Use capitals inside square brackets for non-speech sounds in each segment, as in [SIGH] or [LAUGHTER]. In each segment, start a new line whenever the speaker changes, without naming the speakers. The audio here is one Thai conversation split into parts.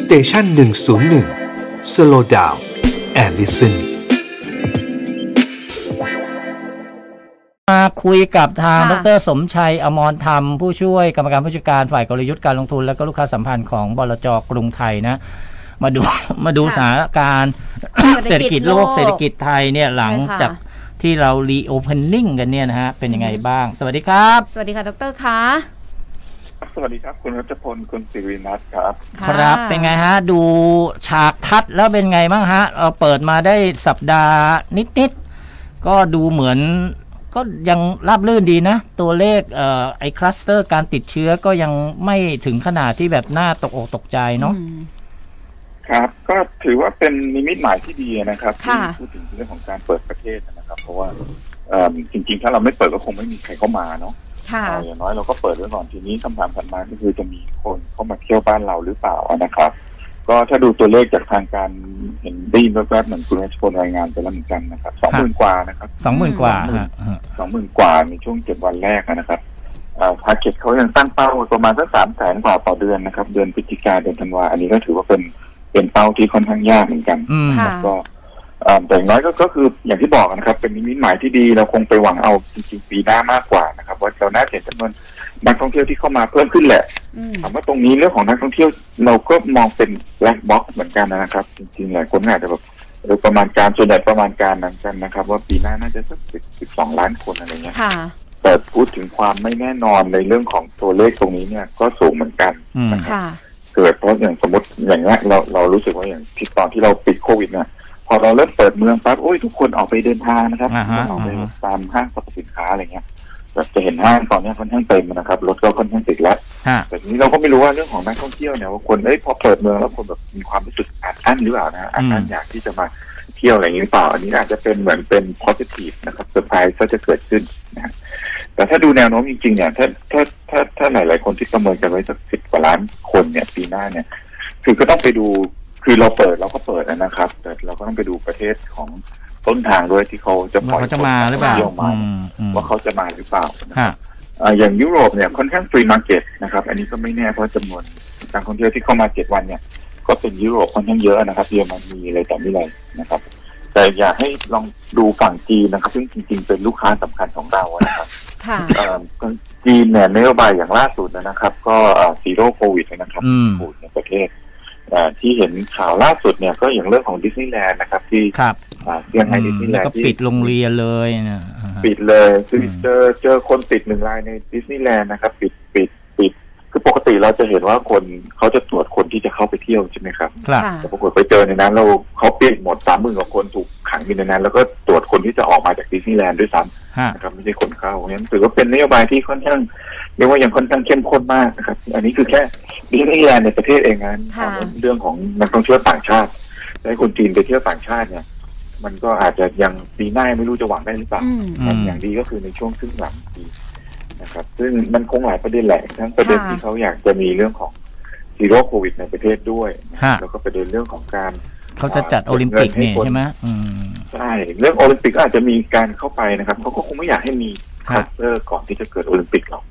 สเตชันหนึ่งศูนย์หนึ่งสโลดาวแอลลิสัน
มาคุยกับทางด
ค่ะ
รสมชัยอมรธรรม ผู้ช่วยกรรมการผู้จัดการฝ่ายกลยุทธ์การลงทุน และก็ลูกค้าสัมพันธ์ของบลจกรุงไทยนะ มาดู มาดูสถานการณ์ เศร
เศร
ษ
ษ
ฐ
ฐ
กิ
กิ
จ
จ
โล
โล
ก
ก
เศรษฐกิจไทยเนี่ยหลัง
ใช่ค่ะ
จากที่เรารีโอเพนนิ่งกันเนี่ยนะฮะ เป็นยังไงบ้าง สวัสดีครับ
สวัสดีค่ะ ดรคะ
สวัสดีครับ คุณรัชพล คุณสิรินัทครับ
ะ
ครับ เป็นไงฮะ ดูฉากทัดแล้วเป็นไงบ้างฮะเราเปิดมาได้สัปดาห์นิดๆ ก็ดูเหมือนก็ยังราบรื่นดีนะ ตัวเลขเอ่อไอคลัสเตอร์การติดเชื้อก็ยังไม่ถึงขนาดที่แบบน่าตกอกตกใจเนาะ
อืม
ครับ ก็ถือว่าเป็นนิมิตหมายที่ดีนะครับที่
ค่ะ
พูดถึงเรื่องของการเปิดประเทศนะครับ เพราะว่าเอิ่มจริง ๆ ถ้าเราไม่เปิดก็คงไม่มีใครเข้ามาเนาะ
ค่ะ
เอาอย่างน้อยเราก็เปิดไว้ก่อนทีนี้คำถามถัดมาก็คือจะมีคนเข้ามาเที่ยวบ้านเราหรือเปล่านะครับ ก็ถ้าดูตัวเลขจากทางการเห็นได้ยินแวบๆเหมือนคุณรัชพลรายงานไปแล้วเหมือนกันนะครับสองหมื่นกว่านะครับ
สองหมื่นกว่าฮะ
สองหมื่นกว่าในช่วงเจ็ดวันแรกนะครับพาเก็ตเขายังตั้งเป้าประมาณสักสามแสนกว่าต่อเดือนนะครับ เดือนพฤศจิกาเดือนธันวาอันนี้ก็ถือว่าเป็นเป็นเป้าที่ค่อนข้างยากเหมือนกัน
อืม
ค่ะ
ก็เอ่อแต่อย่างน้อยก็ก็คืออย่างที่บอกนะครับ เป็นนิมิตหมายที่ดีเราคงไปหวังเอาจริงๆปีหน้ามากกว่านะครับว่าเราน่าจะเห็นจำนวนนักท่องเที่ยวที่เข้ามาเพิ่มขึ้นแหละ
อืม
ถามว่าตรงนี้เรื่องของนักท่องเที่ยวเราก็มองเป็นแบล็คบ็อกซ์เหมือนกันนะครับ จริงๆหลายคนอาจจะแบบเออประมาณการส่วนใหญ่ประมาณการนั้นกันนะครับ ว่าปีหน้าน่าจะสักสิบสิบสองล้านคนอะไรเงี้ย
ค่ะ
แต่พูดถึงความไม่แน่นอนในเรื่องของตัวเลขตรงนี้เนี่ยก็สูงเหมือนกัน
อืม
นะครับ
ค่ะ
เกิดเพราะอย่างสมมติอย่างเงี้ยเราเรารู้สึกว่าอย่างที่ตอนที่เราปิดโควิดเนี่ยพอเราเริ่มเปิดเมืองปั๊บโอ้ยทุกคนออกไปเดินทางนะครับ
อ่าฮะ
ออกไป
อ่าฮะ
ตามห้างสรรพสินค้าอะไรเงี้ยแบบจะเห็นห้างตอนเนี้ยค่อนข้างเต็มนะครับรถก็ค่อนข้างติดแล้ว
ฮะ
แต่ทีนี้เราก็ไม่รู้ว่าเรื่องของนักท่องเที่ยวเนี่ยว่าคนเอ้ยพอเปิดเมืองแล้วคนแบบมีความรู้สึกอัดอั้นหรือเปล่านะอัดอั้น
อืม
อยากที่จะมาเที่ยวอะไรอย่างนี้หรือเปล่าอันนี้อาจจะเป็นเหมือนเป็น positive นะครับเซอร์ไพรส์ก็จะเกิดขึ้นนะฮะแต่ถ้าดูแนวโน้มจริงๆเนี่ยถ้าถ้าถ้าถ้าหลายๆคนที่ประเมินกันไว้สักสิบกว่าล้านคนเนี่ยปีหน้าเนี่ย คือก็ต้องไปดูคือเราเปิดเราก็เปิดนะครับ แต่เราก็ต้องไปดูประเทศของต้นทางด้วยที่เขาจะปล่
ว่า
อย
เขาจะมาหรือเปล่า
คนที่ยวมา
อืมอืม
ว่าเขาจะมาหรือเปล่านะครับ
ฮะ
เอ่ออย่างยุโรปเนี่ยค่อนข้างฟรีมาร์เก็ตนะครับ อันนี้ก็ไม่แน่เพราะจำนวนนักท่องเที่ยวที่เข้ามาเจ็ดวันเนี่ย ก็เป็นยุโรปค่อนข้างเยอะนะครับเยอรมนีอะไรต่อมีอะไรนะครับ แต่อยากให้ลองดูฝั่งจีนนะครับ ซึ่งจริงๆเป็นลูกค้าสำคัญของเราอะ
[LAUGHS]
นะครับ
ค่ะ
เอ่อจีนเนี่ยนโยบายอย่างล่าสุดนะครับ ก็ซีโร่โควิดนะครับ
อืม
โควิดในประเทศเอ่อที่เห็นข่าวล่าสุดเนี่ยก็อย่างเรื่องของดิสนีย์แลนด์นะครับ ที่
ครับ
อ่าเซี่ยงไฮ้
อื
ดิส
ม
นีย์แล
แล้ว
นด์
ก็
ที่
ปิดโรงเรียนเลยนะอ่าฮะ
ปิดเลยคือ
อืม
เจอเจอคนติดหนึ่งรายในดิสนีย์แลนด์นะครับ ปิดปิดปิด คือปกติเราจะเห็นว่าคนเขาจะตรวจคนที่จะเข้าไปเที่ยวใช่ไหมครับ
ครับ
ค่ะ
แต่ปรากฏไปเจอในนั้นเราเขาปิดหมดสามหมื่นกว่าคนถูกขังอยู่ในนั้น แล้วก็ตรวจคนที่จะออกมาจากดิสนีย์แลนด์ด้วยซ้
ฮะ
ำนะครับไม่ใช่คนเข้างั้นถือว่าเป็นนโยบายที่ค่อนข้างเรียกว่ายังค่อนข้างเข้มข้นมากนะครับ อันนี้คือแค่ดิสนีย์แลนด์ในประเทศเองนั้น
ค่ะ
เรื่องของนักท่องเที่ยวต่างชาติและให้คนจีนไปเที่ยวต่างชาติเนี่ย มันก็อาจจะยังปีหน้ายังไม่รู้จะหวังได้หรือเปล่า
อืม
อืม
อย่างดีก็คือในช่วงครึ่งหลังปีนะครับ ซึ่งมันคงหลายประเด็นแหละ ทั้งประเด็น
ค่ะ
ที่เขาอยากจะมีเรื่องของซีโร่โควิดในประเทศด้วยนะครั
ฮะ
บแล้วก็ประเด็นเรื่องของการ
เขาจะจัดโอลิมปิกเนี่ยใช่ไหมอืม
ใช่เรื่องโอลิมปิกก็อาจจะมีการเข้าไปนะครับเขาก็คงไม่อยากให้มีค
ฮะ
ลัสเตอร์ก่อนที่จะเกิดโอลิมปิกหรอก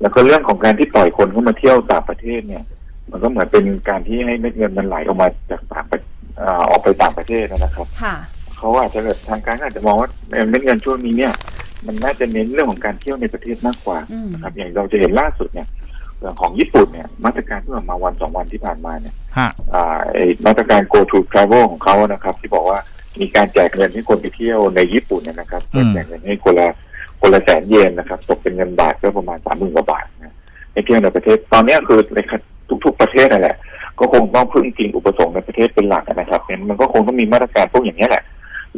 แล้วก็เรื่องของการที่ปล่อยคนเข้ามาเที่ยวต่างประเทศเนี่ย มันก็เหมือนเป็นการที่ให้เม็ดเงินมันไหลออกมาจากต่างประอ่าออกไปต่างประเทศนะครับ
ค่ะ
เขาอาจจะแบบทางการก็อาจจะมองว่าเม็ดเงินช่วงนี้เนี่ย มันน่าจะเน้นเรื่องของการเที่ยวในประเทศมากกว่า
อืม
นะครับ อย่างเราจะเห็นล่าสุดเนี่ยเรื่องของญี่ปุ่นเนี่ย มาตรการที่ออกมาวันสองวันที่ผ่านมาเนี่ย
ฮะ
อ่าไอ้มาตรการ go to travel ของเขานะครับ ที่บอกว่ามีการแจกเงินให้คนไปเที่ยวในญี่ปุ่นเนยนะครับ
อืม
แจกเงินให้คนละคนละแสนเยนนะครับตกเป็นเงินบาทก็ประมาณสามหมื่นกว่าบาทนะในเที่ยวในประเทศตอนเนี้ยคือในทุก ๆประเทศนั่นแหละ ก็คงต้องพึ่งพิงอุปสงค์ในประเทศเป็นหลักนะครับงั้นมันก็คงต้องมีมาตรการพวกอย่างนี้ยแหละ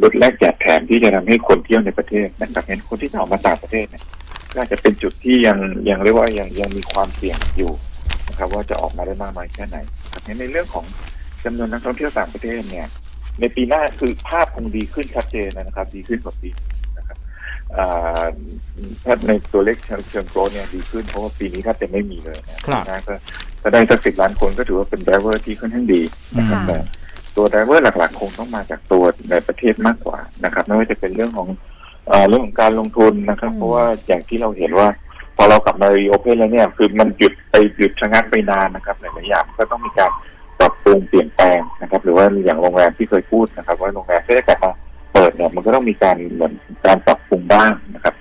ลดแลกแจกแถมที่จะทำให้คนเที่ยวในประเทศนะครับงั้นคนที่จะออกมาต่างประเทศเนี่ยก็อาจจะเป็นจุดที่ยังยังเรียกว่ายังยังมีความเสี่ยงอยู่นะครับ ว่าจะออกมาได้มากน้อยแค่ไหนครับงั้นในเรื่องของจำนวนนักท่องเที่ยวต่างประเทศเนี่ย ในปีหน้าคือภาพคงดีขึ้นชัดเจนนะครับ ดีขึ้นกว่าปีนะครับอ่าถ้าในตัวเลขเชิงเชิงโกลเนี่ยดีขึ้นเพราะว่าปีนี้แทบจะไม่มีเลยนะครับ ปีหน้าก็ ถ้าได้สักสิบล้านคนก็ถือว่าเป็นไดรเวอร์ที่ค่อนข้างดีนะครับ
ค่ะ
แต่ตัวไดรเวอร์หลักๆ คงต้องมาจากตัวในประเทศมากกว่านะครับ ไม่ว่าจะเป็นเรื่องของเอ่อเรื่องของการลงทุนนะครับ
อืม
เพราะว่าอย่างที่เราเห็นว่า พอเรากลับมารีโอเพนแล้วเนี่ย คือมันหยุดไปหยุดชะงักไปนานนะครับหลายๆอย่างก็ต้องมีการปรับ งเปลี่ยนแปลงนะครับ หรือว่าอย่างโรงแรมที่เคยพูดนะครับ ว่าโรงแรมที่ได้กลับมาเปิดเนี่ยมันก็ต้องมีการเหมือนการปรับปรุงบ้างนะครับ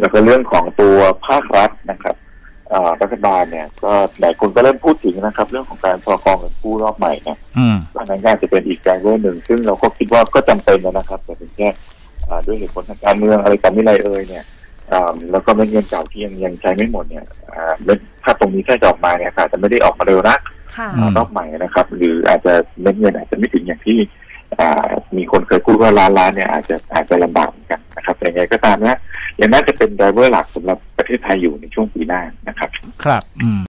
แล้วก็เรื่องของตัวภาครัฐนะครับเอ่อรัฐบาลเนี่ย ก็หลายคนก็เริ่มพูดถึงนะครับ เรื่องของการพอกองเงินกู้รอบใหม่เนี่ย
อืม
อันนั้นก็อาจจะเป็นอีกการเรื่องหนึ่ง ซึ่งเราก็คิดว่าก็จำเป็นนะครับ แต่ถึงแค่อ่าด้วยเหตุผลทางการเมืองอะไรต่อมิไรเอ่ยเนี่ยอ่าแล้วก็เม็ดเงินเก่าที่ยังยังใช้ไม่หมดเนี่ยอ่าเม็ดถ้าตรงนี้แค่จะออกมาเนี่ยค่ะอาจจะไม่ได้ออกมาเร็วนัก
ค่ะ
อืม
รอบใหม่นะครับ หรืออาจจะเม็ดเงินอาจจะไม่ถึงอย่างที่อ่ามีคนเคยพูดว่าล้านล้านเนี่ยอาจจะอาจจะลำบากเหมือนกันนะครับแต่ยังไงก็ตามนะยังน่าจะเป็นไดรเวอร์หลักสำหรับประเทศไทยอยู่ในช่วงปีหน้านะครับ
ครับ อืม